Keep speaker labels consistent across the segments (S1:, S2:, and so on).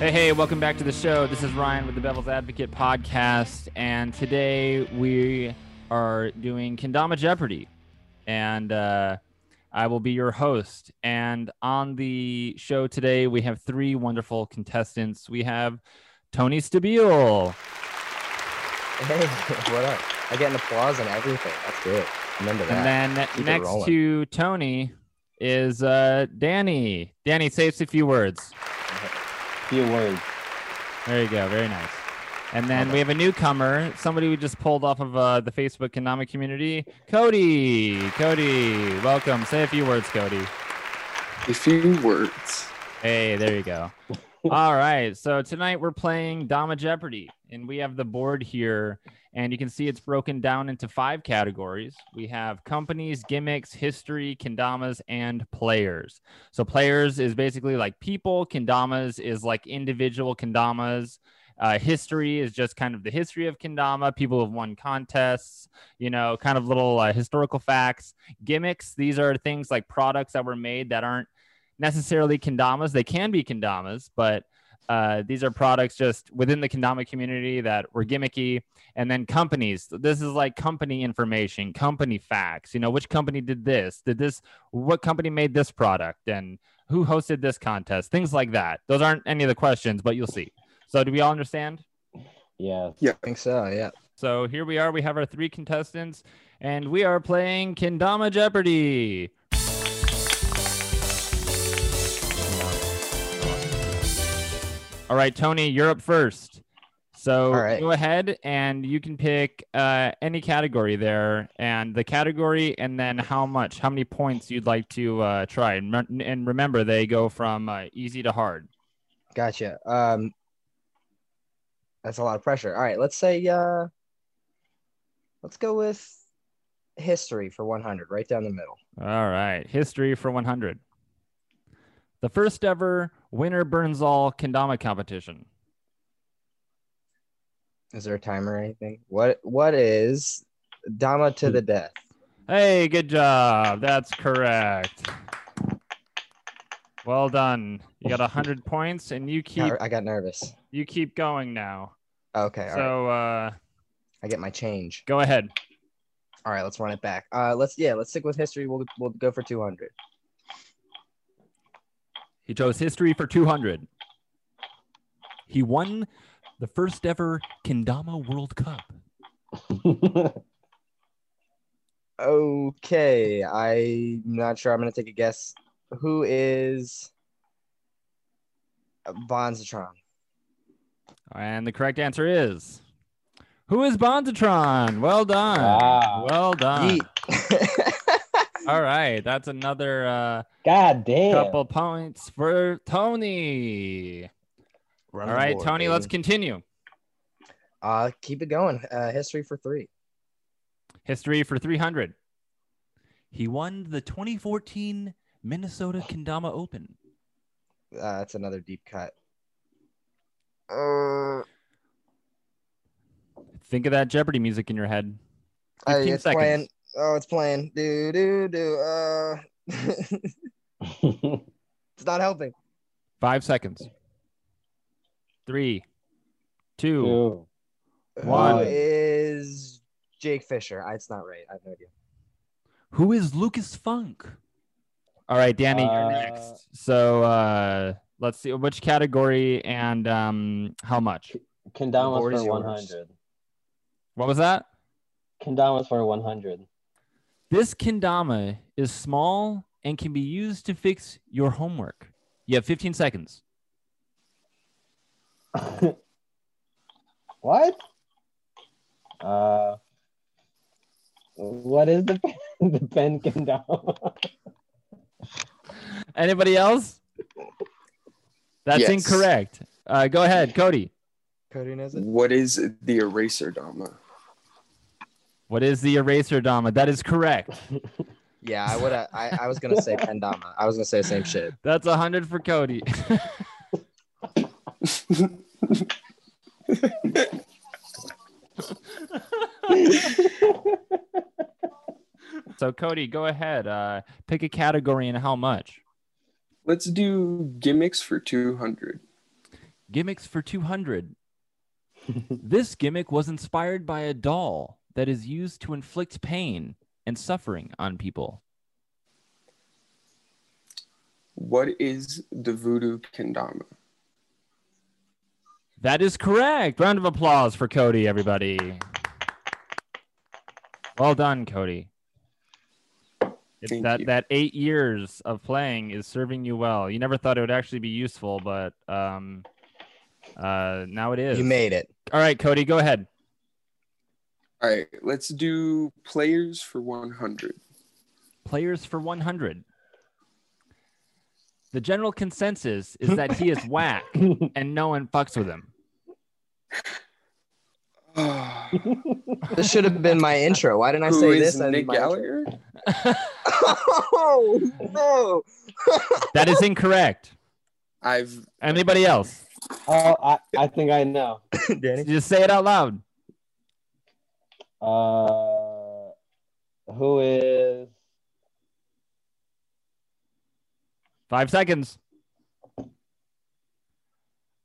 S1: Hey, hey, welcome back to the show. This is Ryan with the Bevel's Advocate podcast, and today we are doing Kendama Jeopardy. And uh, I will be your host. And on the show today, we have three wonderful contestants. We have Tony Stabile.
S2: Hey, what up? I get an applause and everything. That's good. Remember that.
S1: And then
S2: Keep it
S1: next
S2: rolling.
S1: to Tony is uh, Danny. Danny, say us a few words.
S3: Few words.
S1: There you go. Very nice. And then
S2: Love
S1: we have a newcomer, somebody we just pulled off of uh, the Facebook Konami community, Cody. Cody, welcome. Say a few words, Cody.
S4: A few words.
S1: Hey, there you go. All right. So tonight we're playing Dama Jeopardy, and we have the board here, and you can see it's broken down into five categories. We have companies, gimmicks, history, kendamas, and players. So players is basically like people, kendamas is like individual kendamas. Uh, history is just kind of the history of kendama, people have won contests, you know, kind of little uh, historical facts. Gimmicks, these are things like products that were made that aren't necessarily kendamas. They can be kendamas, but uh, these are products just within the kendama community that were gimmicky. And then companies. This is like company information, company facts. You know, which company did this? Did this? What company made this product? And who hosted this contest? Things like that. Those aren't any of the questions, but you'll see. So, do we all understand?
S3: Yeah.
S2: I think so, yeah.
S1: So here we are. We have our three contestants, and we are playing Kendama Jeopardy. All right, Tony, you're up first. So
S2: All right.
S1: go ahead and you can pick uh, any category there, and the category, and then how much, how many points you'd like to uh, try. And, rem- and remember, they go from uh, easy to hard.
S2: Gotcha. Um that's a lot of pressure. All right, let's say uh let's go with history for 100 right down the middle.
S1: All right. History for 100. The first ever winner burns all kendama competition.
S2: Is there a timer or anything? What what is Dama to the death?
S1: Hey, good job. That's correct. Well done. You got 100 points and you keep
S2: I got nervous.
S1: you keep going now.
S2: Okay, all right.
S1: so uh
S2: I get my change.
S1: go ahead.
S2: All right, let's run it back. Uh let's yeah, let's stick with history. We'll we'll go for 200.
S1: He chose history for 200. He won the first ever kendama World Cup.
S2: Okay, I'm not sure. I'm gonna take a guess. Who is Von Zitron?
S1: And the correct answer is Who is Bondatron? Well done.
S3: Wow.
S1: Well done.
S2: Yeet.
S1: All right. That's another uh,
S3: God damn.
S1: couple points for Tony. All right, Tony, let's continue.
S2: uh, keep it going. Uh, history for three.
S1: History for 300. He won the 2014 Minnesota Kendama Open.
S2: Uh, that's another deep cut. Uh,
S1: Think of that Jeopardy music in your head.
S2: I-
S1: 15
S2: it's
S1: seconds.
S2: playing. Oh, it's playing. Do do do. Uh, it's not helping.
S1: Five seconds. Three, two,
S3: Two.
S1: One.
S2: Who is Jake Fisher? Uh, It's not right. I have no idea.
S1: Who is Lucas Funk? All right, Danny, you're
S3: Uh,
S1: next. So uh, let's see which category and um, how much.
S3: Kendamas
S2: Board is
S3: for
S2: yours.
S3: 100.
S1: What was that?
S3: Kendamas for 100.
S1: This kendama is small and can be used to fix your homework. You have 15 seconds.
S3: what? Uh, what is the the pen kendama?
S1: Anybody else? That's
S4: Yes.
S1: incorrect. Uh, go ahead, Cody.
S2: Cody knows it.
S4: What is the eraser dama?
S1: What is the eraser dama? That is correct.
S2: Yeah, I would. I I was gonna say Pendama. I was gonna say the same shit.
S1: That's 100 for Cody. so, Cody, go ahead. Uh, pick a category and how much.
S4: Let's do gimmicks for 200.
S1: Gimmicks for 200. this gimmick was inspired by a doll that is used to inflict pain and suffering on people.
S4: What is the voodoo kendama?
S1: That is correct. Round of applause for Cody, everybody. Well done, Cody. It's
S4: Thank
S1: that
S4: you.
S1: that eight years of playing is serving you well. You never thought it would actually be useful, but um, uh, now it is.
S2: You made it.
S1: All right, Cody, go ahead.
S4: All right, let's do players for 100.
S1: Players for 100. The general consensus is that he is whack and no one fucks with him.
S4: Ah,
S2: This should have been my intro. Why didn't I
S4: Who
S2: say
S4: is
S2: this? as
S4: Nick
S2: my intro?
S4: Gallagher?
S2: oh no!
S1: That is incorrect.
S4: I've
S1: Anybody else?
S3: oh, I, I think I know.
S2: Danny.
S1: Just say it out loud.
S3: Uh, who is
S1: Five seconds.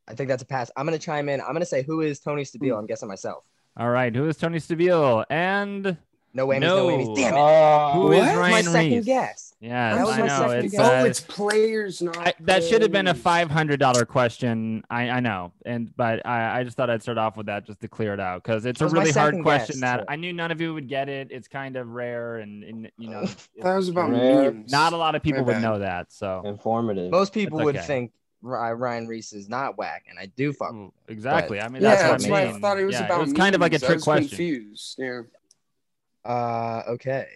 S2: I think that's a pass. I'm gonna chime in. I'm gonna say who is Tony Stabile? I'm guessing myself.
S1: All right. Who is Tony Stabile? And
S2: No whammies,
S1: No.
S2: no,
S1: Oh,
S2: whammies. Damn it!
S3: Uh,
S1: who is
S4: What?
S2: That's my
S1: Ryan
S2: second
S1: Reeves?
S2: guess.
S1: Yes,
S2: That was
S1: I
S2: my
S1: know.
S2: second
S1: It's,
S2: guess.
S1: uh,
S4: oh, it's players, not
S1: I, that should have been a
S4: players.
S1: five hundred dollar question. I, I know, and but I, I just thought I'd start off with that just to clear it out because it's
S2: That
S1: a
S2: was my
S1: really hard
S2: second
S1: question
S2: guess,
S1: that
S2: too.
S1: I knew none of you would get it. It's kind of rare, and, and you know, it's-
S4: That was about
S3: Rare.
S4: memes.
S1: not a lot of people
S4: My
S1: would
S4: bad.
S1: know that. So
S3: Informative.
S2: Most people
S1: That's
S2: would
S1: okay.
S2: think Ry- Ryan Reese is not whack, and I do fuck.
S1: Ooh, exactly. I mean,
S4: yeah,
S1: that's what
S4: that's
S1: I
S4: why
S1: mean.
S4: I thought it was
S1: Yeah,
S4: about.
S1: It was kind of like a
S4: memes. I
S1: trick
S4: was
S1: question.
S4: Confused. Yeah.
S2: Uh, okay.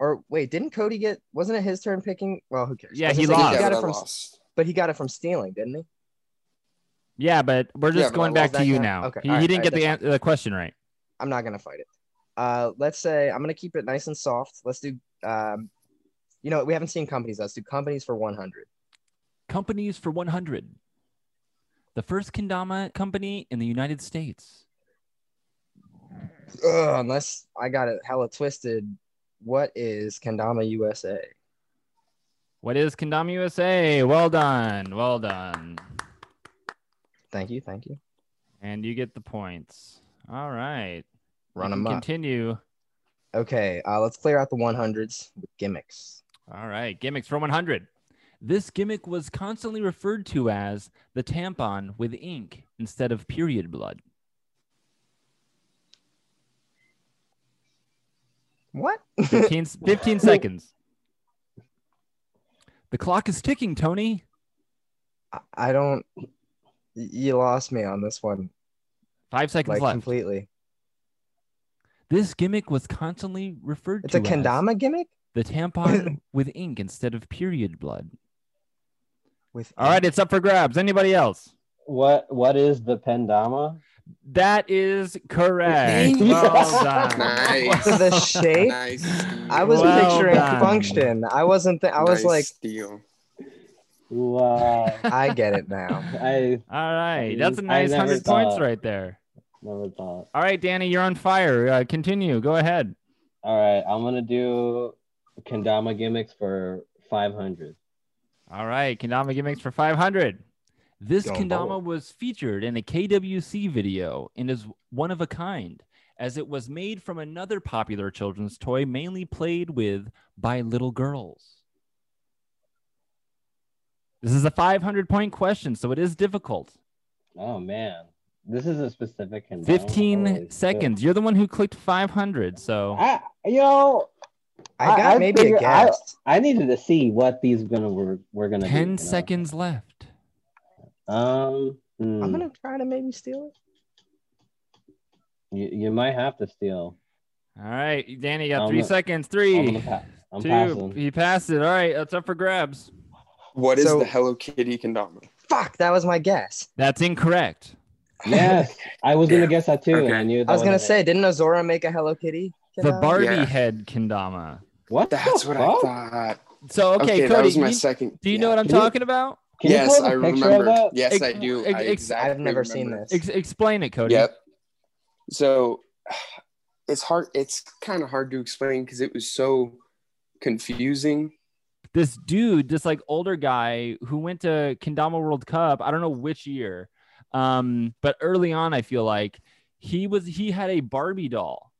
S2: Or wait, didn't Cody get? Wasn't it his turn picking? Well, who cares?
S1: Yeah,
S2: I was
S1: he
S2: gonna say,
S1: lost.
S4: Yeah,
S2: got
S4: but
S2: it
S4: I
S2: from,
S4: lost.
S2: but he got it from stealing, didn't he?
S1: Yeah, but we're
S4: Yeah,
S1: just
S4: but
S1: going
S2: I
S1: back
S2: lost
S1: to
S2: that
S1: you
S2: guy.
S1: now.
S2: Okay,
S1: He,
S2: all
S1: he
S2: right,
S1: didn't
S2: all
S1: get the,
S2: right,
S1: an- the question right.
S2: I'm not gonna fight it. Uh, let's say I'm gonna keep it nice and soft. Let's do. Um, you know, we haven't seen companies. Let's do companies for 100.
S1: Companies for 100. The first kendama company in the United States.
S2: Ugh, unless I got it hella twisted. What is Kendama USA?
S1: What is Kendama USA? Well done. Well done.
S2: Thank you, thank you.
S1: And you get the points. All right. We
S2: Run
S1: can
S2: them up.
S1: Continue.
S2: Okay, uh, let's clear out the 100s with gimmicks.
S1: All right. Gimmicks for 100. This gimmick was constantly referred to as the tampon with ink instead of period blood.
S2: What?
S1: 15, 15 seconds. The clock is ticking, Tony.
S2: I- I don't. y- You lost me on this one,
S1: Five seconds
S2: like
S1: left.
S2: completely.
S1: This gimmick was constantly referred
S2: It's
S1: to
S2: a kendama gimmick.
S1: as the tampon with ink instead of period blood.
S2: With
S1: All right, it's up for grabs. Anybody else?
S3: What What is the pendama?
S1: That is correct.
S3: Dang.
S1: Well done.
S4: Nice.
S2: So the shape.
S4: Nice.
S2: I was
S1: Well
S2: picturing
S1: done.
S2: function. I wasn't. Th- I was like,
S4: steal.
S3: Wow.
S2: I get it now.
S3: uh, I
S1: All right, that's a
S3: I
S1: nice
S3: never
S1: hundred points
S3: thought.
S1: right there.
S3: never thought.
S1: All right, Danny, you're on fire. Uh, continue. Go ahead.
S3: All right, I'm gonna do kendama gimmicks for 500.
S1: All right, Kendama gimmicks for 500. This
S2: Going
S1: Kendama
S2: bold.
S1: was featured in a KWC video and is one of a kind, as it was made from another popular children's toy mainly played with by little girls. This is a 500 point question, so it is difficult.
S3: Oh man, this is a specific kendama.
S1: 15
S3: Holy shit.
S1: seconds. You're the one who clicked 500, so
S3: I, you know,
S2: I
S3: I-
S2: got
S3: I
S2: maybe
S3: figure-
S2: a
S3: I-
S2: guess.
S3: I needed to see what these gonna were we're gonna.
S1: 10
S3: do, you know?
S1: seconds left.
S3: Um, hmm,
S2: I'm gonna try to maybe steal it.
S3: you, you might have to steal.
S1: All right, Danny, you got
S3: I'm
S1: 3
S3: gonna-
S1: seconds.
S3: I'm, gonna
S1: Three,
S3: pass. I'm
S1: two.
S3: passing.
S1: He passed it. All right, that's up for grabs.
S4: What is
S2: So-
S4: the Hello Kitty kendama?
S2: Fuck, that was my guess.
S1: That's incorrect.
S3: Yes, I was gonna guess that too, and I
S4: Okay.
S3: knew. That
S2: I was gonna
S3: wasn't it.
S2: say, didn't Azora make a Hello Kitty?
S1: The
S2: Kendama?
S1: Barbie
S4: Yeah.
S1: head kendama.
S3: what? the
S4: That's what
S3: fuck?
S4: I thought.
S1: So Oh, okay,
S4: Okay,
S1: Cody,
S4: that was my
S1: you-
S4: second.
S1: do you
S4: yeah.
S1: know what I'm
S3: Can you-
S1: talking about?
S3: Can you
S4: yes,
S3: pull up
S4: I
S3: a picture
S4: remember.
S3: Of that?
S4: Yes,
S1: Ex-
S4: I do.
S1: ex-
S4: I
S1: ex-
S4: exactly
S2: I've never seen
S4: remember.
S2: this.
S1: Ex- explain it, Cody.
S4: Yep. So it's hard. It's kind of hard to explain because it was so confusing.
S1: This dude, this like older guy who went to Kendama World Cup, I don't know which year, Um, but early on, I feel like he was he had a Barbie doll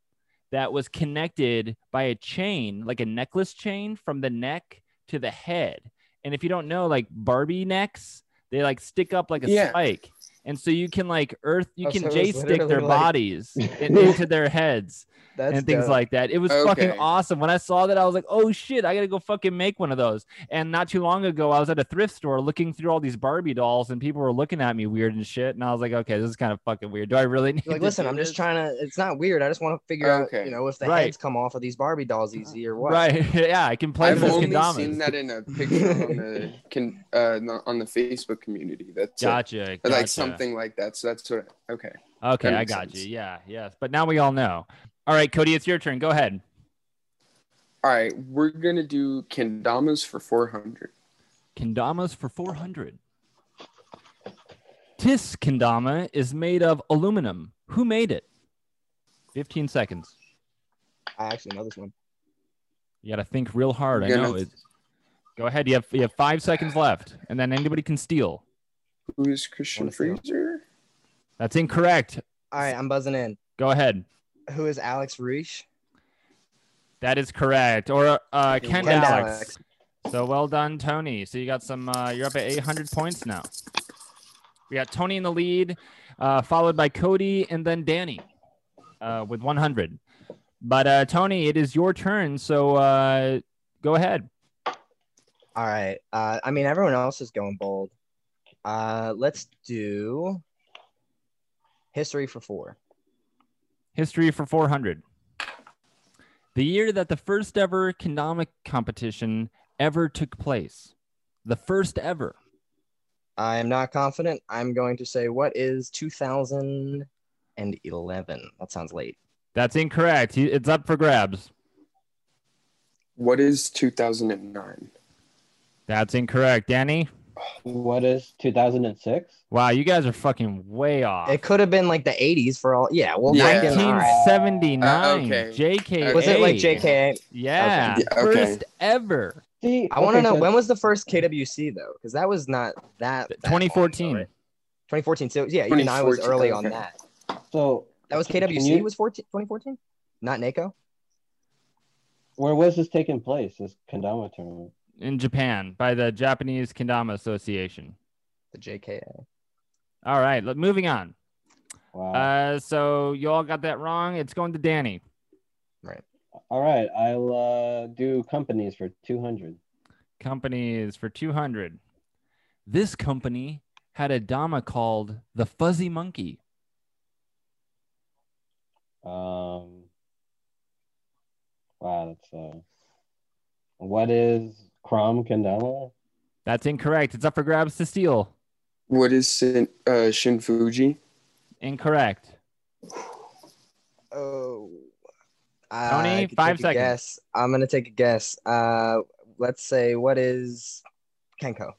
S1: that was connected by a chain, like a necklace chain from the neck to the head. And if you don't know, like Barbie necks, they like stick up like a
S4: Yeah.
S1: spike. And so you can like earth, you
S2: Oh,
S1: can
S2: so it was
S1: J stick their
S2: literally like-
S1: bodies in- into their heads
S2: That's
S1: and things
S2: dope.
S1: like that. It was fucking
S4: Okay.
S1: awesome. When I saw that, I was like, oh shit, I gotta go fucking make one of those. And not too long ago, I was at a thrift store looking through all these Barbie dolls, and people were looking at me weird and shit. And I was like, okay, this is kind of fucking weird. Do I really need
S2: You're like,
S1: to
S2: listen,
S1: do
S2: I'm just
S1: this?"
S2: trying to. It's not weird. I just want to figure out,
S4: Okay.
S2: you know, if the
S1: Right.
S2: heads come off of these Barbie dolls easy or what.
S1: Right. yeah, I can play
S4: I've
S1: with
S4: only
S1: kendamas.
S4: seen that in a picture on the can uh, no- on the Facebook community. That's it.
S1: Gotcha.
S4: Or,
S1: gotcha.
S4: like something like that. So that's what. Okay.
S1: Okay,
S4: That
S1: I
S4: makes
S1: got
S4: sense.
S1: you. Yeah, yes. But now we all know. All right, Cody, it's your turn. Go ahead.
S4: All right, we're gonna do kendamas for four hundred.
S1: Kendamas for 400. Tis kendama is made of aluminum. Who made it? 15 seconds.
S2: I actually know this one.
S1: You got to think real hard. I
S4: Gonna-
S1: know. It, go ahead. You have you have five seconds left, and then anybody can steal.
S4: Who is Christian
S2: Wanna see him?
S4: Freezer?
S1: That's incorrect.
S2: All right, I'm buzzing in.
S1: Go ahead.
S2: Who is Alex Reish?
S1: That is correct. Or uh, Ken
S2: Ken
S1: Alex. So well done, Tony. So you got some. Uh, you're up at 800 points now. We got Tony in the lead, uh, followed by Cody and then Danny uh, with 100. But uh, Tony, it is your turn. So uh, go ahead.
S2: All right. Uh, I mean, everyone else is going bold. Uh, let's do history for four.
S1: History for 400. The year that the first ever Konami competition ever took place. The first ever.
S2: I am not confident. I'm going to say, what is 2011? That sounds late.
S1: That's incorrect. He- It's up for grabs.
S4: What is two thousand and nine?
S1: That's incorrect. Danny?
S3: What is 2006?
S1: Wow, you guys are fucking way off.
S2: It could have been like the 80s for all. Yeah. Well,
S4: Yeah.
S2: back in- all right.
S1: 1979.
S4: Uh, okay.
S1: JK.
S2: Was it like
S4: Hey.
S2: JK?
S1: Yeah.
S4: Okay. Yeah, okay.
S1: First ever.
S3: See,
S2: I want to
S3: okay,
S2: know
S3: so
S2: when was the first KWC though, because that was not that. that long ago,
S1: 2014.
S2: right? 2014. So yeah, even I was
S4: 2014,
S2: early on
S4: okay.
S2: that.
S3: So
S2: That was
S3: Can
S2: KWC.
S3: you-
S2: was 14, 2014? Not NACO.
S3: where was this taking place? This kendama tournament.
S1: in Japan by the Japanese Kendama Association.
S2: The JKA.
S1: All right, let- moving on.
S2: Oh.
S3: Wow.
S1: Uh, so you all got that wrong. It's going to Danny.
S3: All right, I'll uh, do companies for 200.
S1: companies for 200. This company had a Dama called the Fuzzy Monkey.
S3: Um, wow, that's uh, what is Crom Kendama?
S1: That's incorrect. It's up for grabs to steal.
S4: What is Sin, uh, Shin Fuji?
S1: Incorrect.
S2: Oh.
S1: Tony,
S2: I could
S1: five
S2: take a
S1: seconds.
S2: Guess. I'm gonna take a guess. Uh, let's say what is Kenko?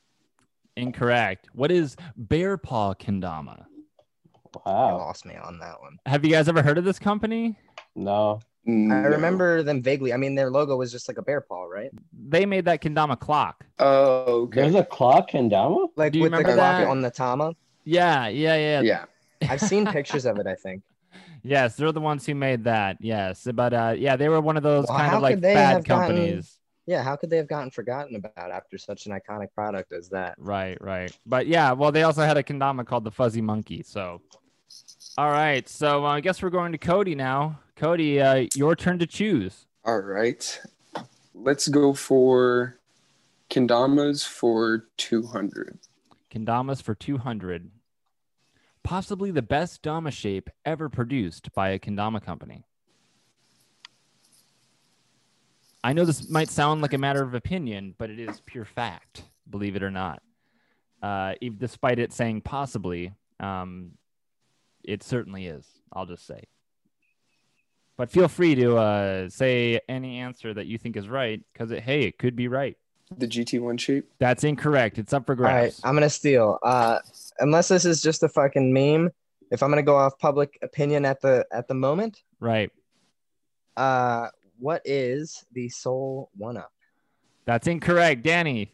S1: Incorrect. What is Bear Paw Kendama? Oh.
S2: You
S3: Wow,
S2: lost me on that one.
S1: Have you guys ever heard of this company?
S3: no,
S4: No.
S2: I remember them vaguely. I mean, their logo was just like a bear paw, right?
S1: They made that Kendama clock.
S4: Oh,
S3: there's
S4: okay.
S3: a clock Kendama.
S2: Like
S1: Do you
S2: with the
S1: remember
S2: clock
S1: that?
S2: on the Tama.
S1: Yeah, yeah, yeah.
S4: Yeah.
S2: I've seen pictures of it. I think.
S1: Yes, they're the ones who made that. Yes, but uh, yeah, they were one of those
S2: Well,
S1: kind
S2: how
S1: of
S2: could
S1: like
S2: they
S1: bad
S2: have gotten-
S1: companies.
S2: Yeah, how could they have gotten forgotten about after such an iconic product as that?
S1: Right, right. But yeah, well, they also had a kendama called the Fuzzy Monkey. So, all right. So uh, I guess we're going to Cody now. Cody, uh, your turn to choose.
S4: All right. Let's go for kendamas for two hundred.
S1: Kendamas for 200. Possibly the best Dama shape ever produced by a kendama company. I know this might sound like a matter of opinion, but it is pure fact, believe it or not. Uh, ev- despite it saying possibly, um, it certainly is, I'll just say. But feel free to uh, say any answer that you think is right, because hey, it could be right.
S4: The GT one shape.
S1: That's incorrect. It's up for
S2: All right,
S1: grabs.
S2: I'm gonna steal. Uh, unless this is just a fucking meme. If I'm gonna go off public opinion at the at the moment,
S1: right.
S2: uh, what is the soul one up?
S1: That's incorrect, Danny.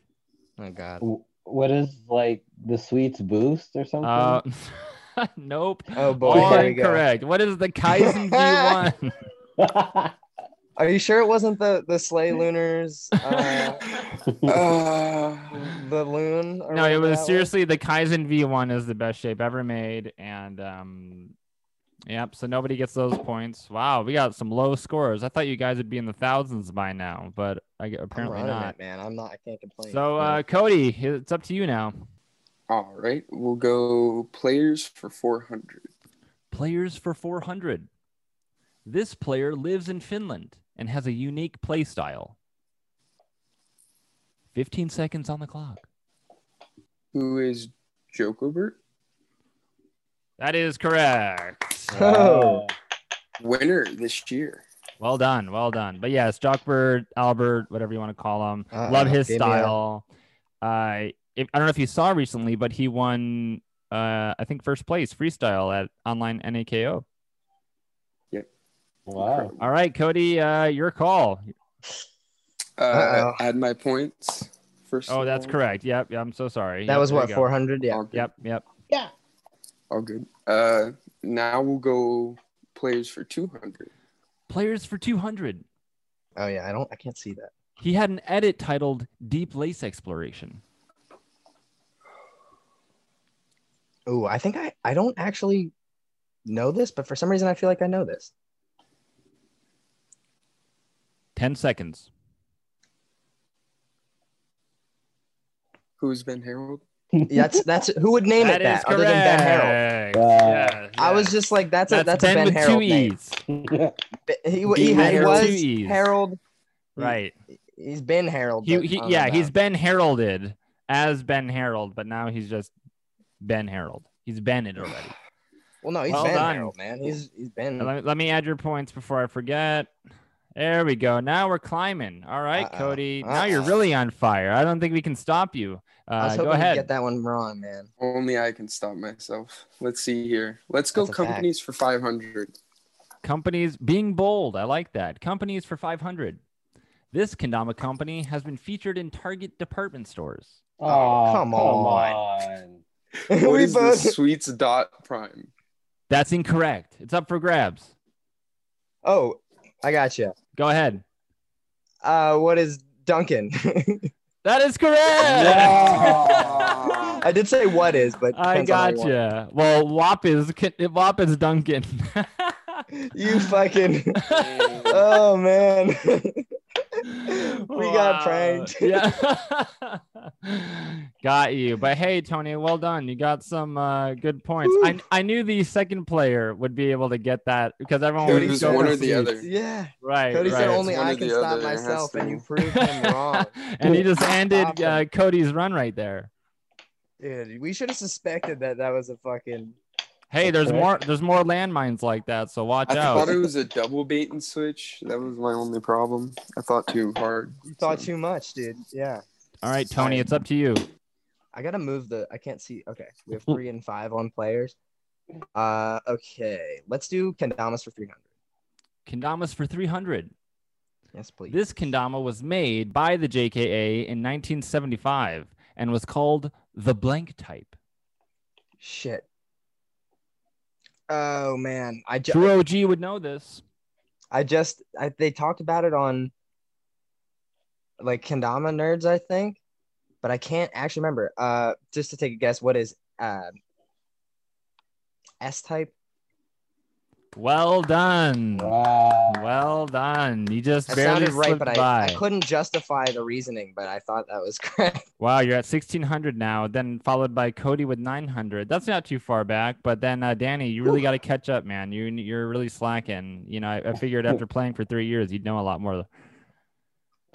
S2: Oh God,
S3: W- What is like the sweets boost or something?
S1: Uh, nope.
S2: Oh boy,
S1: All
S2: here we go.
S1: incorrect. What is the Kaizen V1?
S2: Are you sure it wasn't the the Slay Lunars? Uh,
S4: Uh,
S2: the Loon? or
S1: no, it
S2: whatever that
S1: was seriously the Kaizen V1 is the best shape ever made. And um, yep, so nobody gets those points. Wow, we got some low scores. I thought you guys would be in the thousands by now, but I, gu-
S2: I'm
S1: apparently
S2: running
S1: not.
S2: it, man. I'm not. I can't complain.
S1: So, uh, Cody, it's up to you now.
S4: all right, we'll go players for 400.
S1: Players for 400. This player lives in Finland and has a unique play style. 15 seconds on the clock.
S4: Who is Jokobert?
S1: That is correct.
S2: Oh.
S4: Winner this year.
S1: Well done. Well done. But yes, Jockbird, Albert, whatever you want to call him. Love
S2: Uh-oh,
S1: his
S2: give me a-
S1: style. Uh, if, I don't know if you saw recently, but he won, uh, I think, first place freestyle at online NAKO.
S3: wow.
S1: All right, Cody, uh, your call.
S4: Uh,
S2: Uh-oh.
S4: add my points. First.
S1: Oh,
S4: of
S1: that's
S4: all.
S1: correct. Yep. yep, I'm so sorry.
S2: that
S1: Yep,
S2: was
S1: there
S2: what
S1: you go.
S2: 400. Yeah.
S4: All good.
S1: Yep. Yep.
S4: All good. Uh, now we'll go players for 200.
S1: Players for 200.
S2: Oh yeah. I don't. I can't see that.
S1: He had an edit titled Deep Lace Exploration.
S2: Ooh, I think I. I don't actually know this, but for some reason I feel like I know this.
S1: 10 seconds.
S4: Who's Ben Harold?
S2: That's that's who would name it that other than Ben Harold.
S1: Yeah,
S2: I
S1: yeah.
S2: was just like, that's, a
S1: That's
S2: that's
S1: Ben,
S2: a Ben
S1: with
S2: Harold
S1: two
S2: name.
S1: E's.
S2: Be- He,
S4: Ben
S2: he, had- he
S4: Harold.
S1: Two
S2: was
S1: E's.
S2: Harold. Mm.
S1: Right.
S2: He's been Harold.
S1: He,
S2: but I
S1: he,
S2: don't
S1: yeah,
S2: know.
S1: he's Ben Heralded as Ben Harold, but now he's just Ben Harold. He's Ben it already.
S2: well, no, he's
S1: well
S2: Ben
S1: done.
S2: Harold, man. He's he's been.
S1: Now, let, me, let me add your points before I forget. There we go. Now we're climbing. All right,
S2: Uh-oh.
S1: Cody. Now you're
S2: Uh-oh.
S1: really on fire. I don't think we can stop you.
S2: I was
S1: Uh,
S2: hoping
S1: go
S2: you'd
S1: ahead.
S2: get that one wrong, man.
S4: Only I can stop myself. Let's see here. Let's go
S2: That's a fact.
S4: companies for 500.
S1: Companies being bold. I like that. Companies for 500. This kendama company has been featured in Target department stores.
S3: Aw,
S2: Oh, come
S3: come on.
S4: What
S2: we
S4: is
S2: both.
S4: this sweets dot prime?
S1: That's incorrect. It's up for grabs.
S2: Oh, I got you.
S1: Go ahead.
S2: Uh, what is Duncan?
S1: That is correct.
S3: No.
S2: I did say what is, but
S1: I
S2: depends on how
S1: got
S2: you want
S1: gotcha. you. Well, WAP is WAP is Duncan.
S2: it. You fucking.
S4: Dang.
S2: Oh man. we
S1: Wow.
S2: got pranked.
S1: yeah. got you. But hey, Tony, well done. You got some uh, good points. I, I knew the second player would be able to get that because everyone
S4: It
S1: would
S4: was
S1: go
S4: one
S1: for
S4: or the
S1: Steve.
S4: other.
S2: Yeah.
S1: Right.
S2: Cody
S1: right.
S2: said
S4: It's
S2: only
S4: one
S2: I
S4: or
S2: can
S4: the
S2: stop
S4: other. It has
S2: myself, and
S4: to-
S2: you proved him wrong.
S1: and he just ended
S2: Stop
S1: uh, Cody's run right there.
S2: Dude, we should have suspected that that was a fucking.
S1: Hey, there's
S3: Okay.
S1: more. There's more landmines like that, so watch
S4: I
S1: out.
S4: thought it was a double bait and switch. That was my only problem. I thought too hard.
S2: You thought too much, dude. Yeah.
S1: All right, Tony, it's up to you.
S2: I gotta move the. I can't see. Okay, we have three and five on players. Uh, okay. Let's do Kendamas for three hundred.
S1: Kendamas for 300.
S2: Yes, please.
S1: This kendama was made by the JKA in 1975 and was called the blank type.
S2: Shit. Oh man, I just,
S1: True OG would know this.
S2: I just, I, they talked about it on like Kendama Nerds, I think, but I can't actually remember. Uh, just to take a guess, what is uh, S type?
S1: Well done.
S3: Wow.
S1: Well done. You just
S2: I
S1: barely
S2: sounded right,
S1: slipped
S2: but
S1: by.
S2: I, I couldn't justify the reasoning, but I thought that was correct.
S1: Wow, you're at 1600 now, then followed by Cody with 900. That's not too far back, but then uh, Danny, you really got to catch up, man. You you're really slacking. You know, I, I figured after playing for three years, you'd know a lot more.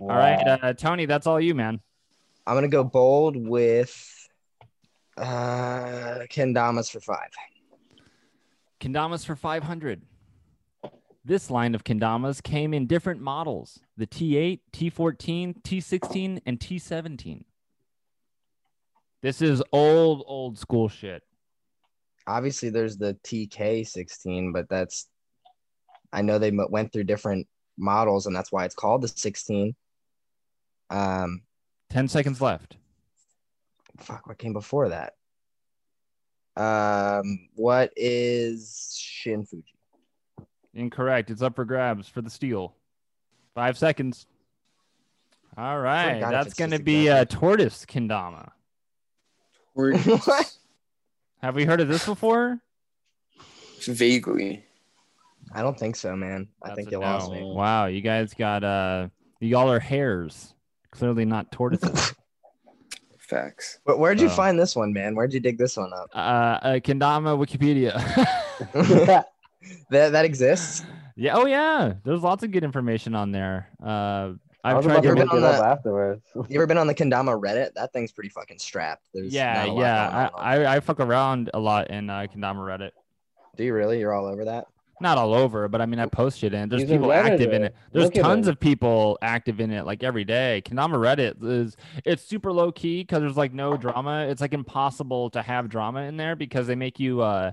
S1: All right, uh, Tony, that's all you, man.
S2: I'm gonna go bold with uh, Kendamas for five.
S1: Kendamas for 500. This line of kendamas came in different models the T8, T14, T16, and T17. This is old, old school shit.
S2: obviously there's the TK16, but that's I know they mo- went through different models and that's why it's called the 16. Um
S1: 10 seconds left.
S2: fuck what came before that? Um, what is Shin Fuji?
S1: Incorrect. It's up for grabs for the steal. Five seconds. All right.
S2: God, if
S1: That's
S2: it's
S1: going to
S2: just
S1: be uh,
S2: exactly-
S1: tortoise kendama.
S4: Tortoise.
S1: Have we heard of this before?
S4: Vaguely.
S2: I don't think so, man. I
S1: That's
S2: think
S1: a
S2: you lost
S1: no.
S2: me.
S1: Wow. You guys got, uh, y'all are hares. Clearly not tortoises.
S4: Facts.
S2: But where'd you
S1: Oh.
S2: find this one, man? Where'd you dig this one up?
S1: uh, uh, kendama Wikipedia.
S2: that that exists.
S1: Yeah. Oh, yeah. There's lots of good information on there. Uh,
S3: I
S1: I've
S3: was
S1: tried
S3: about
S1: to
S3: to
S2: get
S1: look.
S2: on
S3: look it up
S2: the-
S3: afterwards.
S2: You ever been on the Kendama Reddit? That thing's pretty fucking strapped. There's
S1: Yeah,
S2: not a lot going
S1: yeah.
S2: on.
S1: I, I I fuck around a lot in uh, Kendama Reddit.
S2: Do you really? You're all over that?
S1: Not all over, but I mean, I post shit in. it. There's
S3: He's a
S1: people active in
S3: Redditor.
S1: it. There's
S3: Look at
S1: tons
S3: him.
S1: of people active in it, like every day. Kendama Reddit is it's super low key because there's like no drama. It's like impossible to have drama in there because they make you uh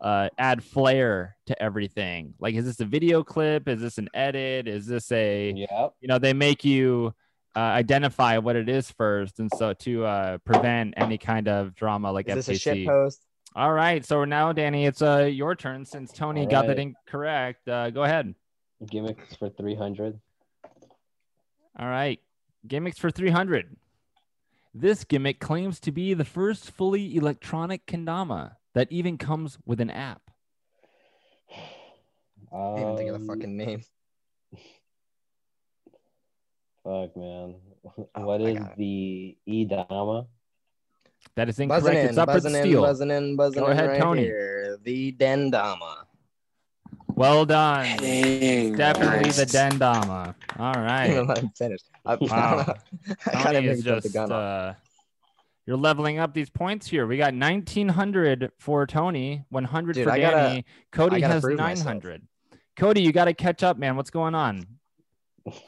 S1: uh add flair to everything. Like, is this a video clip? Is this an edit? Is this a
S3: Yep.
S1: you know they make you uh, identify what it is first and so to uh, prevent any kind of drama like
S2: Is this a
S1: FCC.
S2: shit post?
S1: all right so now danny it's uh, your turn since tony
S3: All
S1: got that
S3: right.
S1: incorrect uh, go ahead
S3: Gimmicks for 300.
S1: all right gimmicks for 300 this gimmick claims to be the first fully electronic kendama that even comes with an app
S2: I can't even think of the
S3: Um,
S2: fucking name.
S3: Fuck, man. What
S2: I
S3: is
S2: got
S3: the Edama?
S1: that is incorrect
S2: Buzzing in,
S1: it's up for
S2: buzzing
S1: the
S2: in,
S1: steal
S2: buzzing in, buzzing
S1: Go
S2: in
S1: ahead,
S2: right
S1: Tony.
S2: here. The Dendama.
S1: well done
S4: Dang,
S1: definitely
S4: guys.
S1: the dendama all
S2: I
S1: right
S2: don't know if I'm finished. I,
S1: Wow.
S2: I kind of
S1: Tony is
S2: mixed up the
S1: just
S2: gun.
S1: uh, you're leveling up these points here. We got 1900 for Tony, 100
S2: Dude,
S1: for
S2: I
S1: Danny.
S2: gotta- I
S1: Cody
S2: gotta
S1: has
S2: prove
S1: 900.
S2: myself.
S1: Cody, you got to catch up, man. What's going on?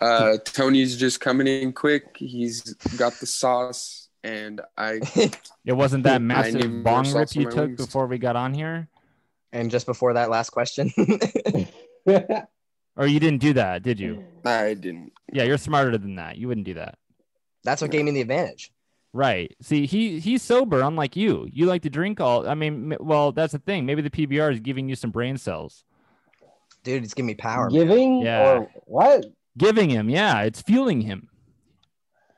S4: Uh, Tony's just coming in quick. He's got the sauce, and I
S1: It wasn't that
S4: I need
S1: massive
S4: more
S1: bong
S4: sauce
S1: rip
S4: on
S1: you
S4: my
S1: took
S4: wings.
S1: before we got on here,
S2: And just before that last question,
S1: or you didn't do that, did you?
S4: I didn't.
S1: Yeah, you're smarter than that. You wouldn't do that,
S2: that's what gave me the advantage.
S1: right? See, he he's sober, unlike you. You like to drink all. I mean, m- well, that's the thing. Maybe the PBR is giving you some brain cells.
S2: Dude, it's giving me power. man.
S3: Giving
S1: Yeah.
S3: or what?
S1: Giving him, yeah, it's fueling him.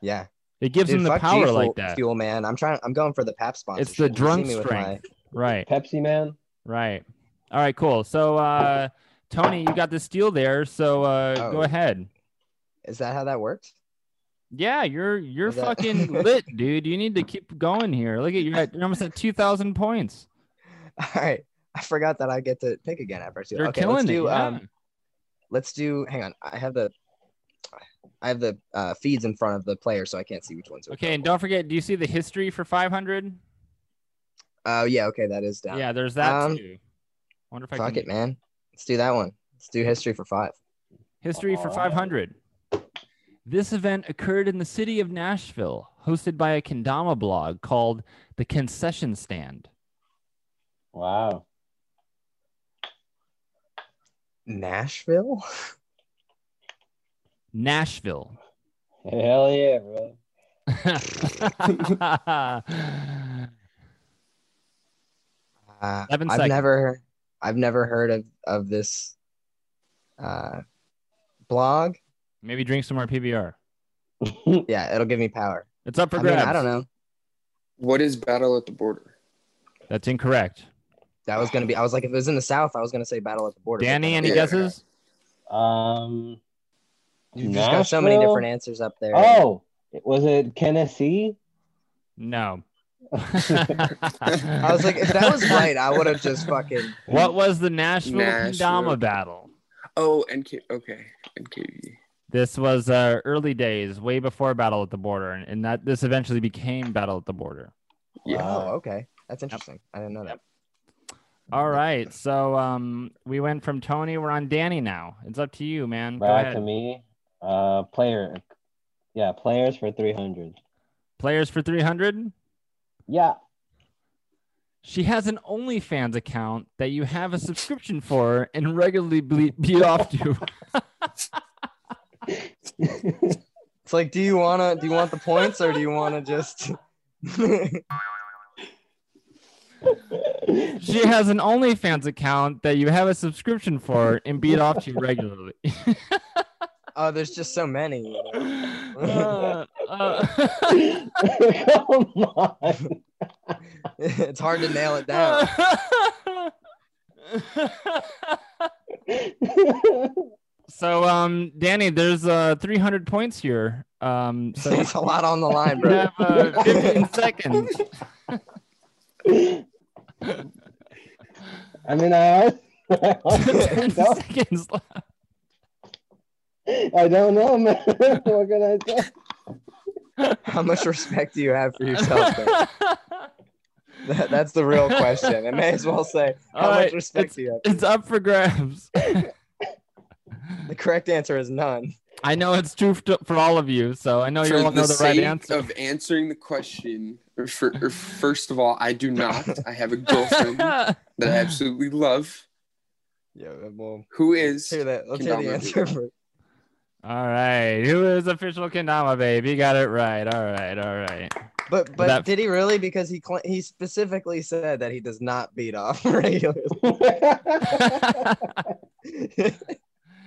S2: Yeah.
S1: It gives
S2: Dude,
S1: him the
S2: fuck G
S1: power
S2: fuel,
S1: like that.
S2: Fuel, man. I'm trying. I'm going for the pap sponsor.
S1: It's the drunk strength. Right,
S3: Pepsi Man?
S1: right. All right, cool. So uh Tony, you got the steal there, so uh go
S2: Oh.
S1: ahead.
S2: Is that how that works?
S1: Yeah, you're you're
S2: Is that-
S1: fucking lit, dude. You need to keep going here. Look at you're at you're almost at 2000 points.
S2: All right. I forgot that I get to pick again after two.
S1: You're
S2: okay,
S1: killing
S2: let's
S1: it.
S2: do.
S1: yeah.
S2: Um, let's do. Hang on. I have the. I have the uh, feeds in front of the player, so I can't see which ones. Are
S1: okay, and
S2: available.
S1: don't forget, do you see the history for 500?
S2: Oh yeah. Okay, that is
S1: Yeah,
S2: down.
S1: there's that
S2: Um,
S1: too. I wonder if I
S2: Fuck
S1: can
S2: it, man. Let's do that one. Let's do history for five.
S1: History for
S3: Alright.
S1: 500. This event occurred in the city of Nashville, hosted by a kendama blog called The Concession Stand.
S3: Wow.
S2: Nashville.
S1: Nashville.
S3: Hell yeah, bro.
S2: Uh,
S1: Seven
S2: I've
S1: seconds.
S2: never, I've never heard of of this uh, blog.
S1: Maybe drink some more PBR.
S2: Yeah, it'll give me power.
S1: It's up for
S2: I mean,
S1: grabs.
S2: I don't know.
S4: What is battle at the border?
S1: That's incorrect.
S2: That was gonna be. I was like, if it was in the South, I was gonna say battle at the border. but
S1: Danny,
S2: that-
S1: any
S4: Yeah.
S1: guesses?
S3: um,
S2: You've just got so many
S3: Nashville?
S2: different answers up there.
S3: Oh, was it Tennessee?
S1: No.
S2: I
S1: I
S2: was like, if that was right, I would have just fucking.
S1: What was the Nashville,
S4: Nashville.
S1: Kendama battle?
S4: Oh, NK. Okay, NKV.
S1: This was uh, early days, way before Battle at the Border, and, and that this eventually became Battle at the Border.
S4: Yeah.
S2: Oh,
S3: Wow.
S2: okay. That's interesting. I didn't know that.
S1: All right, so um, we went from Tony, we're on Danny now. It's up to you, man. Go
S3: Back to
S1: ahead.
S3: me. Uh, player. Yeah, players for 300.
S1: Players for three hundred.
S3: Yeah.
S1: She has an OnlyFans account that you have a subscription for and regularly ble- beat off to.
S2: It's like, do you wanna? Do you want the points or do you wanna just?
S1: She has an OnlyFans account that you have a subscription for and beat off to regularly.
S2: Oh, there's just so many.
S1: Uh, uh,
S3: Come on.
S2: it's hard to nail it down.
S1: so, um, Danny, there's uh 300 points here. Um, so
S2: It's a lot on the line,
S1: you
S2: bro.
S1: have uh, 15 seconds.
S3: I mean, I, I,
S1: 10
S3: don't,
S1: seconds left.
S3: I don't know, man. what can I say?
S2: How much respect do you have for yourself? man? That, that's the real question. I may as well say, how
S1: All
S2: much
S1: right,
S2: respect do you have?
S1: it's up for grabs.
S2: The correct answer is none.
S1: I know it's true for, for all of you, so I know you
S4: for
S1: all know the right
S4: sake
S1: answer.
S4: of answering the question, or for, or first of all, I do not. I have a girlfriend that I absolutely love,
S2: Yeah, well,
S4: who is
S2: hear that. Let's hear the
S4: Kendama.
S2: answer. For,
S1: all right, who is official Kendama babe? You got it right. All right, all right.
S2: but but
S1: That-
S2: did he really? Because he cla he specifically said that he does not beat off regularly.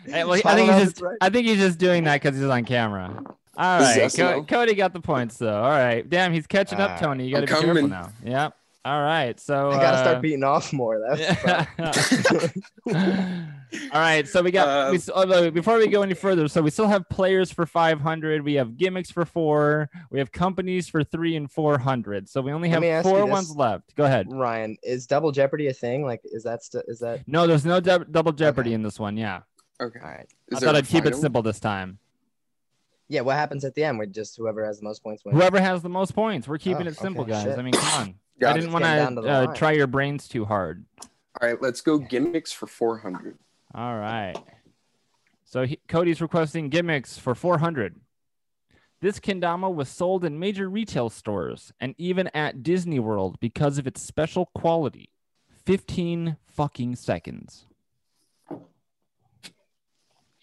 S1: Hey, well,
S2: So I
S1: I think
S2: don't
S1: he's
S2: know if
S1: just
S2: it's right.
S1: I think he's just doing that because he's on camera. All
S4: This is
S1: right,
S4: SNL.
S1: Co- Cody got the points though. All right, damn, he's catching
S2: Ah,
S1: up, Tony. You got to
S4: I'm
S1: be careful
S4: coming.
S1: now. Yep. All right, so
S2: I gotta
S1: uh,
S2: start beating off more. That's the problem.
S1: All right, so we
S2: Uh,
S1: got we,
S4: Um,
S1: s- oh, no, before we go any further. So we still have players for 500. We have gimmicks for four. We have companies for three and 400. So we only
S2: Let
S1: have
S2: me ask
S1: four
S2: you this.
S1: ones left. Go ahead.
S2: Ryan, is double jeopardy a thing? Like, is that st- is that
S1: No, there's no dou- double jeopardy
S2: Okay.
S1: in this one. Yeah,
S4: okay.
S2: all right?
S4: Is
S1: I
S4: there
S1: thought
S4: a
S1: I'd keep it
S4: final?
S1: simple this time.
S2: Yeah, what happens at the end? We just whoever has the most points wins.
S1: Whoever has the most points, we're keeping
S2: Oh,
S1: it simple,
S2: okay,
S1: guys.
S2: shit.
S1: I mean, come on.
S4: Got
S1: I
S4: it.
S1: didn't
S2: It's
S1: want
S2: getting down to
S1: to
S2: the
S1: uh,
S2: wire.
S1: try your brains too hard.
S4: All right, let's go gimmicks for 400.
S1: All right. So he, Cody's requesting gimmicks for 400. This kendama was sold in major retail stores and even at Disney World because of its special quality. 15 fucking seconds.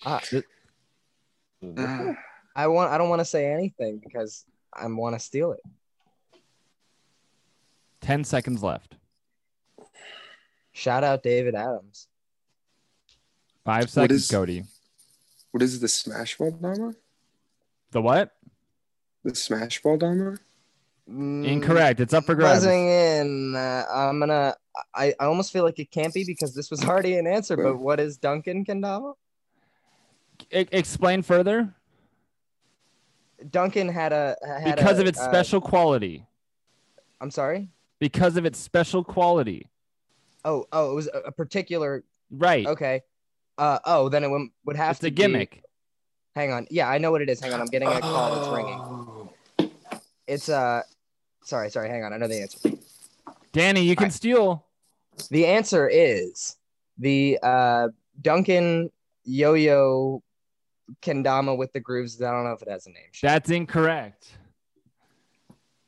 S2: Ah, th- I want. I don't want to say anything because I want to steal it.
S1: 10 seconds left.
S2: Shout out David Adams.
S1: Five seconds,
S4: is-
S1: Cody.
S4: What is it, the Smash Ball Dama?
S1: The what?
S4: The Smash Ball Dama?
S1: Mm,
S2: Mm.
S1: Incorrect. It's up for grabs.
S2: Buzzing in. Uh, I'm gonna. I, I almost feel like it can't be because this was already an answer. But what is Duncan Kendama?
S1: E- explain further.
S2: Duncan had a had
S1: Because
S2: a,
S1: of its
S2: uh,
S1: special quality.
S2: I'm sorry.
S1: Because of its special quality.
S2: Oh oh, it was a, a particular.
S1: Right.
S2: Okay. Uh oh, then it would, would have
S1: It's
S2: to
S1: a
S2: be-
S1: gimmick.
S2: hang on. Yeah, I know what it is. Hang on, I'm getting a call that's ringing.
S4: Oh.
S2: It's uh, sorry sorry. Hang on, I know the answer.
S1: Danny, you can
S2: Alright.
S1: steal.
S2: The answer is the uh, Duncan Yo-Yo Kendama with the grooves. I don't know if it has a name.
S1: That's incorrect.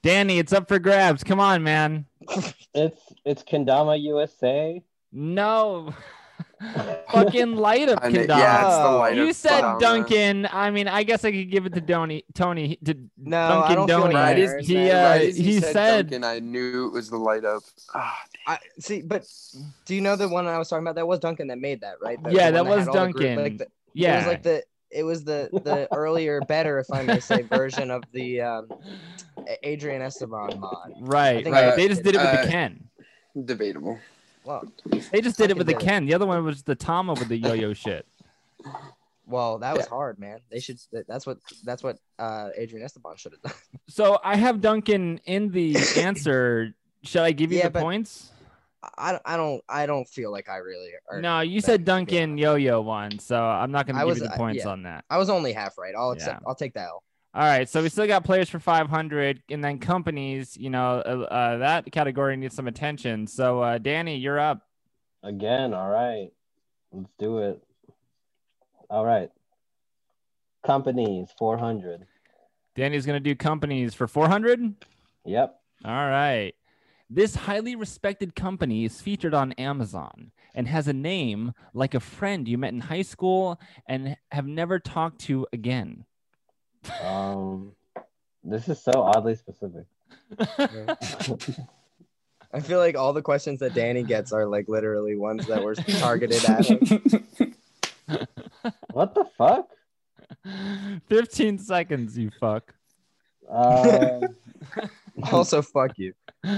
S1: Danny, it's up for grabs. Come on, man.
S3: It's it's Kendama USA.
S1: No. Fucking light up,
S4: I mean,
S1: Kendama.
S4: yeah, it's the
S2: Oh.
S4: lighter
S1: you said
S4: Dama.
S1: Duncan. I mean, I guess I could give it to Tony. Tony he- to
S2: no, I
S1: Duncan
S2: don't feel
S1: Donny.
S2: like I
S4: Right,
S2: earned
S4: is-
S1: he
S2: that.
S1: uh,
S4: Right as you
S1: he said,
S4: Duncan, I knew it was the light up. Ah,
S2: I, see, but do you know the one I was talking about? That was Duncan that made that, right? The-
S1: Yeah,
S2: the
S1: that
S2: one had
S1: was
S2: all the groo-
S1: Duncan.
S2: like the,
S1: yeah.
S2: it was like the it was the the earlier, better, if I may say, version of the um, A- Adrian Esteban mod. I
S1: right,
S2: think
S1: right.
S4: I-
S1: they just did it with
S4: uh,
S1: the Ken.
S4: debatable.
S2: Well,
S1: They just did it with the
S2: Duncan did it.
S1: Ken. The other one was the Tama with the yo-yo shit.
S2: well, that was hard, man. They should. that- That's what that's what uh, Adrian Esteban should have done.
S1: So I have Duncan in the answer. Should I give you
S2: Yeah,
S1: the
S2: but-
S1: points?
S2: I, I don't I don't feel like I really earned
S1: No, you
S2: that, to
S1: said
S2: be
S1: Duncan
S2: honest.
S1: Yo Yo one, so I'm not going
S2: I
S1: to give
S2: was-
S1: you the
S2: I-
S1: points
S2: yeah.
S1: on that.
S2: I was only half right. I'll accept. I'll take that. L.
S1: All right, so we still got players for 500, and then companies. You know, uh, uh, that category needs some attention. So, uh, Danny, you're up.
S3: Again, all right. Let's do it. All right. Companies, 400.
S1: Danny's going to do companies for 400.
S3: Yep.
S1: All right. This highly respected company is featured on Amazon and has a name like a friend you met in high school and have never talked to again.
S3: Um, this is so oddly specific.
S2: I feel like all the questions that Danny gets are like literally ones that were targeted at him.
S3: What the fuck?
S1: 15 seconds, you fuck.
S3: Uh,
S2: Also, fuck you.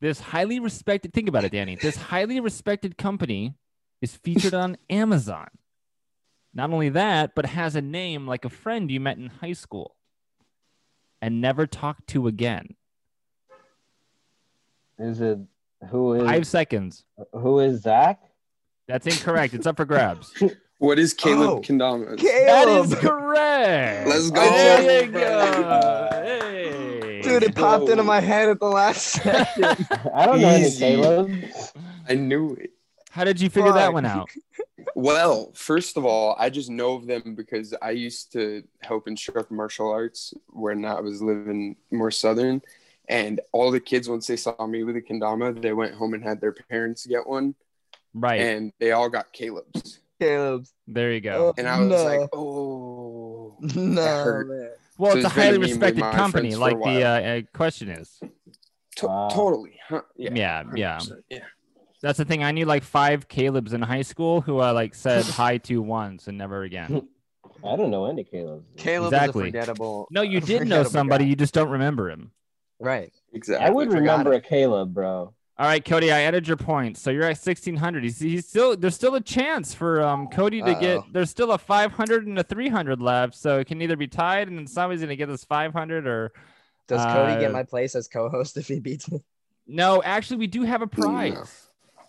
S1: This highly respected, think about it, Danny. This highly respected company is featured on Amazon. Not only that, but has a name like a friend you met in high school and never talked to again.
S3: is it who is
S1: Five seconds.
S3: who is Zach?
S1: That's incorrect. It's up for grabs.
S4: What is Caleb
S2: Oh.
S4: Kendama?
S1: that
S2: Caleb,
S1: is correct.
S4: Let's go.
S1: There you go.
S4: Let's
S1: Hey.
S2: dude, it popped into my head at the last second.
S3: I don't know any
S4: Easy.
S3: Caleb.
S4: I knew it.
S1: How did you figure that
S2: Fuck.
S1: one out?
S4: Well, first of all, I just know of them because I used to help instruct martial arts when I was living more southern. And all the kids, once they saw me with a kendama, they went home and had their parents get one,
S1: Right.
S4: and they all got Caleb's.
S2: Caleb's.
S1: there you go.
S4: And I was
S2: No.
S4: like, oh,
S2: No,
S4: hurt.
S2: man.
S1: Well,
S4: So
S1: it's a
S4: it's been a
S1: highly
S4: meme with
S1: respected
S4: my
S1: company,
S4: friends for a
S1: like the
S4: while.
S1: uh, uh, question is.
S4: to-
S3: Wow.
S4: totally. Huh?
S1: Yeah,
S4: Yeah.
S1: yeah.
S4: 100%, yeah.
S1: That's the thing. I knew like five Caleb's in high school who I like said hi to once and never again.
S3: I don't know any Caleb.
S2: Caleb
S1: Exactly.
S2: is a forgettable.
S1: No, you
S2: a
S1: did know
S2: forgettable
S1: somebody.
S2: guy.
S1: You just don't remember him.
S2: Right.
S4: Exactly.
S3: I would
S4: Forgot
S3: remember
S4: it.
S3: a Caleb, bro.
S1: All right, Cody, I added your points. So you're at 1600. He's, he's still there's still a chance for um Cody to
S2: Uh-oh.
S1: get there's still a 500 and a 300 left. So it can either be tied and somebody's going to get this 500 or
S2: Does Cody
S1: Uh,
S2: get my place as co-host if he beats me?
S1: No, actually we do have a prize.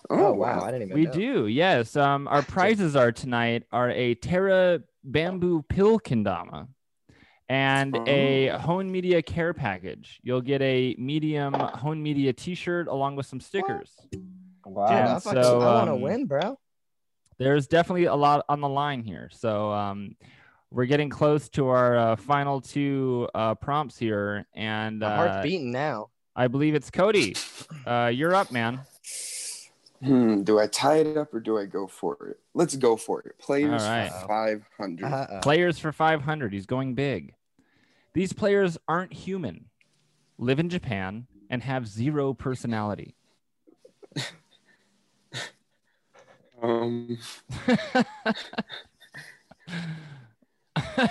S4: Oh, wow.
S2: I didn't even
S1: We
S2: know.
S1: do. Yes. Um our prizes are tonight are a Terra bamboo pill kendama and a Hone Media care package. You'll get a medium Hone Media t-shirt along with some stickers.
S3: Wow.
S2: Dude,
S1: Yeah,
S2: I, fucking,
S1: so,
S2: I want to
S1: um,
S2: win, bro.
S1: there's definitely a lot on the line here. So um, we're getting close to our uh, final two uh, prompts here, and
S2: My
S1: uh,
S2: heart's beating now.
S1: I believe it's Cody. Uh, you're up, man.
S4: Hmm, do I tie it up or do I go for it? Let's go for it. Players
S1: All right.
S4: five hundred.
S2: Uh-uh.
S1: Players for 500. He's going big. These players aren't human, live in Japan, and have zero personality.
S4: Um. uh,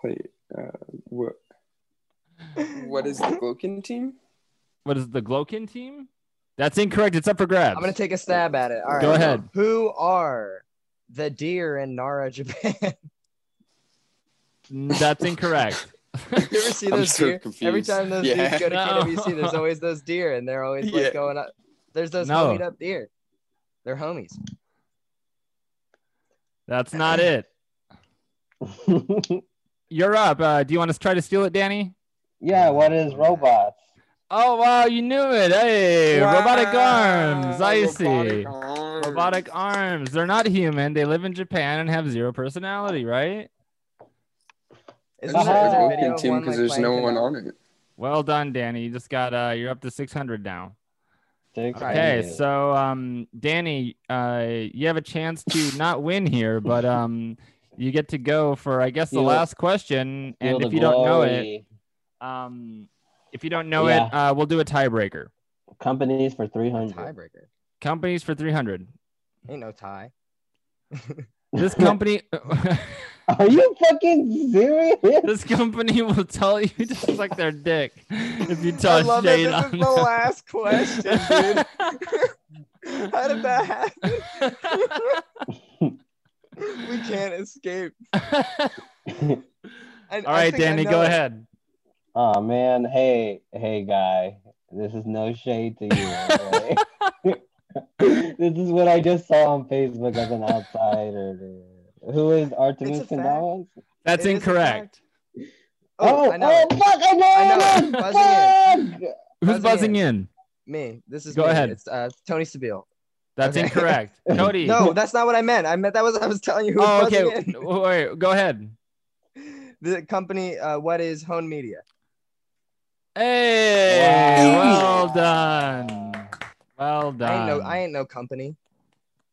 S4: play, uh, what? What is the Gloken team?
S1: what is it, the Glokin team? That's incorrect. It's up for grabs.
S2: I'm gonna take a stab at it. All right.
S1: Go ahead.
S2: Who are the deer in Nara, Japan? you
S1: That's incorrect.
S2: ever see
S4: I'm
S2: those
S4: so
S2: deer? Every
S4: confused.
S2: time those
S4: Yeah.
S2: dudes go to
S1: No.
S2: KWC, there's always those deer, and they're always like
S4: Yeah.
S2: going up. There's those
S1: No.
S2: homied up deer. They're homies.
S1: That's not it. You're up. Uh, do you want to try to steal it, Danny?
S3: yeah, what is robots?
S1: Oh wow, you knew it. Hey, robotic arms. I see.
S4: Robotic
S1: Robotic arms.
S4: arms.
S1: They're not human. They live in Japan and have zero personality, right?
S2: Isn't
S4: It's not
S2: there-
S3: Uh-huh.
S4: a
S2: is there a
S3: Gloken
S2: video
S4: Gloken
S2: of
S4: team
S2: one,
S4: because
S2: like,
S4: there's no
S2: playing
S4: one
S2: Canelo?
S4: on it.
S1: Well done, Danny. You just got uh you're up to 600 now.
S3: Six
S1: Okay,
S3: hundred.
S1: so um Danny, uh you have a chance to not win here, but um you get to go for I guess the
S3: Feel-
S1: last question
S3: Feel
S1: and
S3: the
S1: if you don't know it,
S3: glory.
S1: um if you don't know it,
S3: Yeah.
S1: uh we'll do a tiebreaker.
S3: companies for three
S2: A
S3: hundred.
S2: Tiebreaker.
S1: Companies for 300.
S2: Ain't no tie.
S1: This company
S3: Are you fucking serious?
S1: This company will tell you to suck their dick if you
S2: I
S1: touch
S2: love
S1: shade
S2: it. This
S1: on
S2: is the last question, dude. How did that happen? We can't escape. I,
S1: All right, Danny, go ahead.
S3: oh man, hey, hey guy, this is no shade to you. Okay? this is what I just saw on Facebook as an outsider. dude. Who is Artemis
S2: It's a fact.
S3: Candalas?
S1: That's
S2: It is
S1: incorrect.
S2: Oh, I know. it.
S3: fuck, I know,
S2: I know. Buzzing
S3: Fuck!
S1: Who's buzzing
S2: Buzzing
S1: in?
S2: Me. This is
S1: Go
S2: me.
S1: ahead.
S2: It's uh, Tony Stabile.
S1: That's
S2: Okay.
S1: incorrect. Cody.
S2: No, that's not what I meant. I meant that was I was telling you who
S1: Oh,
S2: was
S1: okay.
S2: buzzing
S1: W- Wait, go ahead.
S2: in. The company. Uh, what is Hone Media?
S1: Hey,
S3: Wow.
S1: well done. Well done.
S2: I ain't no. I ain't no company.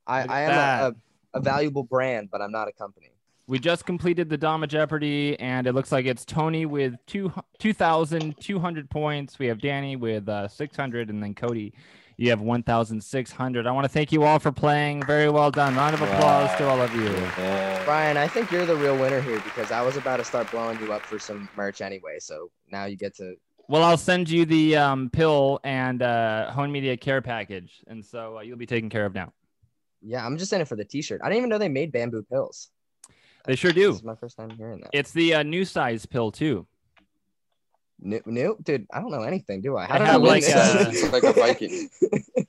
S2: I,
S1: Look at
S2: I
S1: that.
S2: am a, a, a valuable brand, but I'm not a company.
S1: We just completed the Dama Jeopardy, and it looks like it's Tony with two 2,200 points. We have Danny with uh, 600, and then Cody, you have 1,600. I want to thank you all for playing. Very well done. Round of applause to all of you.
S3: Yeah.
S2: Brian, I think you're the real winner here because I was about to start blowing you up for some merch anyway. So now you get to.
S1: Well, I'll send you the um, pill and uh, Hone Media care package, and so uh, you'll be taken care of now.
S2: Yeah, I'm just in it for the T-shirt. I didn't even know they made bamboo pills.
S1: They sure do.
S2: This is my first time hearing that.
S1: It's the uh, new size pill too.
S2: New, new, dude. I don't know anything, do I? How
S1: I
S2: did
S1: have,
S2: win
S1: like,
S2: this?
S1: uh,
S4: It's like a Viking.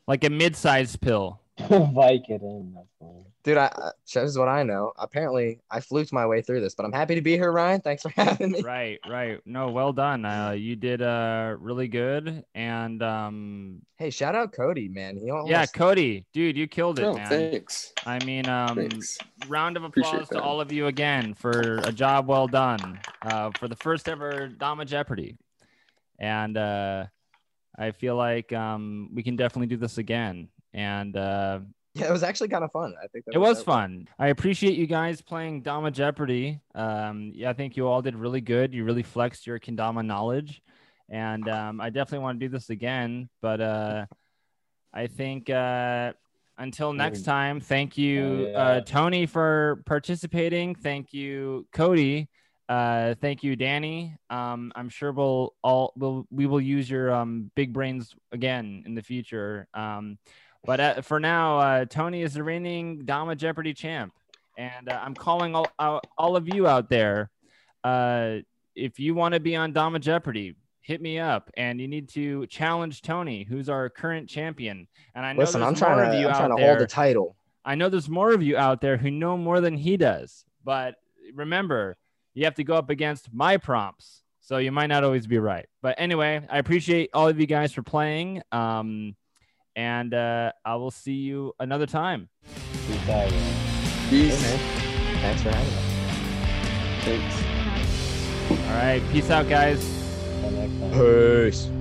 S1: like a mid-sized pill.
S3: Vike it in. That's cool.
S2: dude. I I- shows what I know. Apparently, I fluked my way through this, but I'm happy to be here, Ryan. Thanks for having me.
S1: Right, right. No, well done. Uh, you did uh, really good. And um,
S2: Hey, shout out Cody, man. He almost
S1: yeah, Cody, dude, you killed it,
S4: No,
S1: man.
S4: thanks.
S1: I mean, um,
S4: Oh, Thanks.
S1: round of
S4: Appreciate
S1: applause to
S4: that.
S1: all of you again for a job well done uh, for the first ever Dama Jeopardy. And uh, I feel like um, we can definitely do this again. And uh,
S2: yeah, it was actually kind of fun. I think that
S1: it was fun. I appreciate you guys playing Dama Jeopardy. Um, yeah, I think you all did really good. You really flexed your Kendama knowledge, and um, I definitely want to do this again. But uh, I think uh, until next
S3: Mm.
S1: time, thank you,
S3: Yeah.
S1: uh, Tony, for participating. Thank you, Cody. Uh, thank you, Danny. Um, I'm sure we'll all we'll, we will use your um, big brains again in the future. Um, but uh, for now, uh, Tony is the reigning Dama Jeopardy champ, and uh, I'm calling all all, all of you out there. Uh, if you want to be on Dama Jeopardy, hit me up, and you need to challenge Tony, who's our current champion. And I know
S2: Listen,
S1: there's
S2: I'm trying
S1: more
S2: to.
S1: of you
S2: I'm
S1: out
S2: trying to
S1: there.
S2: hold the title.
S1: I know there's more of you out there who know more than he does, but remember, you have to go up against my prompts. So you might not always be right. But anyway, I appreciate all of you guys for playing. Um, and uh, I will see you another time.
S3: Keep that, yeah.
S2: Hey,
S4: Peace.
S2: man. Thanks for having me.
S4: Thanks.
S1: All right. Peace out, guys.
S3: Till next time.
S2: Peace.